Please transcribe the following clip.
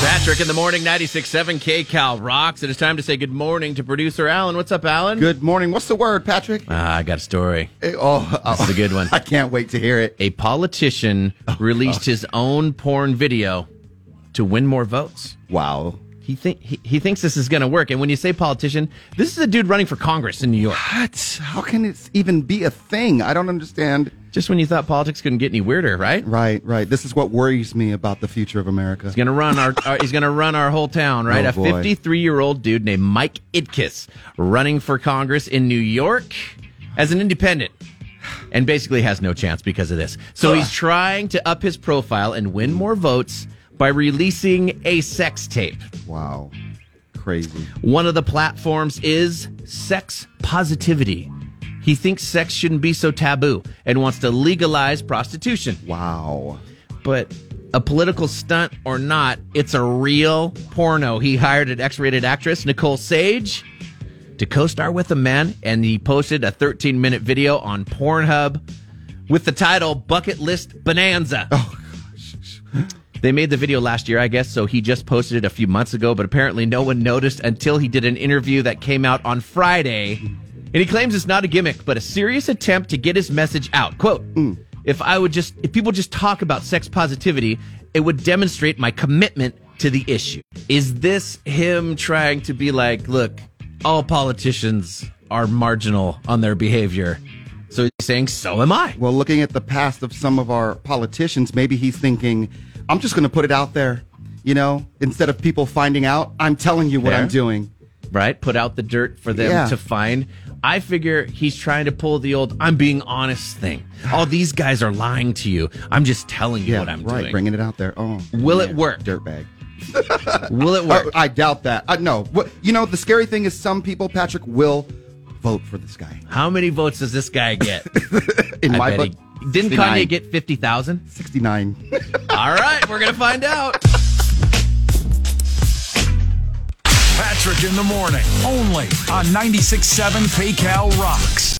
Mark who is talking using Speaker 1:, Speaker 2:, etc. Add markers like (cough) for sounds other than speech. Speaker 1: Patrick in the morning, 96.7 KCal rocks. It is time to say good morning to producer Alan. What's up, Alan?
Speaker 2: Good morning. What's the word, Patrick?
Speaker 1: Ah, I got a story.
Speaker 2: Eh, Uh, oh, (laughs) Oh,
Speaker 1: That's a good one.
Speaker 2: I can't wait to hear it.
Speaker 1: A politician released his own porn video to win more votes.
Speaker 2: Wow.
Speaker 1: He think he, he thinks this is going to work. And when you say politician, this is a dude running for Congress in New York.
Speaker 2: What? How can it even be a thing? I don't understand.
Speaker 1: Just when you thought politics couldn't get any weirder, right?
Speaker 2: Right, right. This is what worries me about the future of America.
Speaker 1: He's gonna run our, our- he's gonna run our whole town, right?
Speaker 2: Oh,
Speaker 1: a
Speaker 2: boy.
Speaker 1: 53 year old dude named Mike Itkiss running for Congress in New York as an independent, and basically has no chance because of this. So he's trying to up his profile and win more votes by releasing a sex tape.
Speaker 2: Wow. Crazy.
Speaker 1: One of the platforms is sex positivity. He thinks sex shouldn't be so taboo and wants to legalize prostitution
Speaker 2: Wow.
Speaker 1: but a political stunt or not, it's a real porno. He hired an X rated actress, Nicole Sage, to co star with the man, and he posted a 13 minute video on Pornhub with the title Bucket List Bonanza. Oh, gosh. They made the video last year, I guess, so he just posted it a few months ago, but apparently no one noticed until he did an interview that came out on Friday. And he claims it's not a gimmick, but a serious attempt to get his message out. Quote, if I would just, if people just talk about sex positivity, it would demonstrate my commitment to the issue. Is this him trying to be like, look, all politicians are marginal on their behavior? So he's saying, so am I.
Speaker 2: Well, looking at the past of some of our politicians, maybe he's thinking, I'm just going to put it out there. You know, instead of people finding out, I'm telling you what
Speaker 1: There.
Speaker 2: I'm doing.
Speaker 1: right? Put out the dirt for them
Speaker 2: Yeah.
Speaker 1: to find. I figure he's trying to pull the old "I'm being honest" thing. All these guys are lying to you. I'm just telling you what I'm
Speaker 2: right.
Speaker 1: doing.
Speaker 2: Bringing it out there. Oh,
Speaker 1: Will it work?
Speaker 2: Dirtbag.
Speaker 1: Will it work?
Speaker 2: Oh, I doubt that. Uh, no. What- You know, the scary thing is some people, Patrick, will vote for this guy.
Speaker 1: How many votes does this guy
Speaker 2: (laughs)
Speaker 1: get?
Speaker 2: In
Speaker 1: I
Speaker 2: my
Speaker 1: bet
Speaker 2: book,
Speaker 1: he- didn't
Speaker 2: 69.
Speaker 1: Kanye get fifty thousand?
Speaker 2: 69.
Speaker 1: All right, we're gonna find out.
Speaker 3: Patrick in the morning, only on 96.7 PayCal Rocks.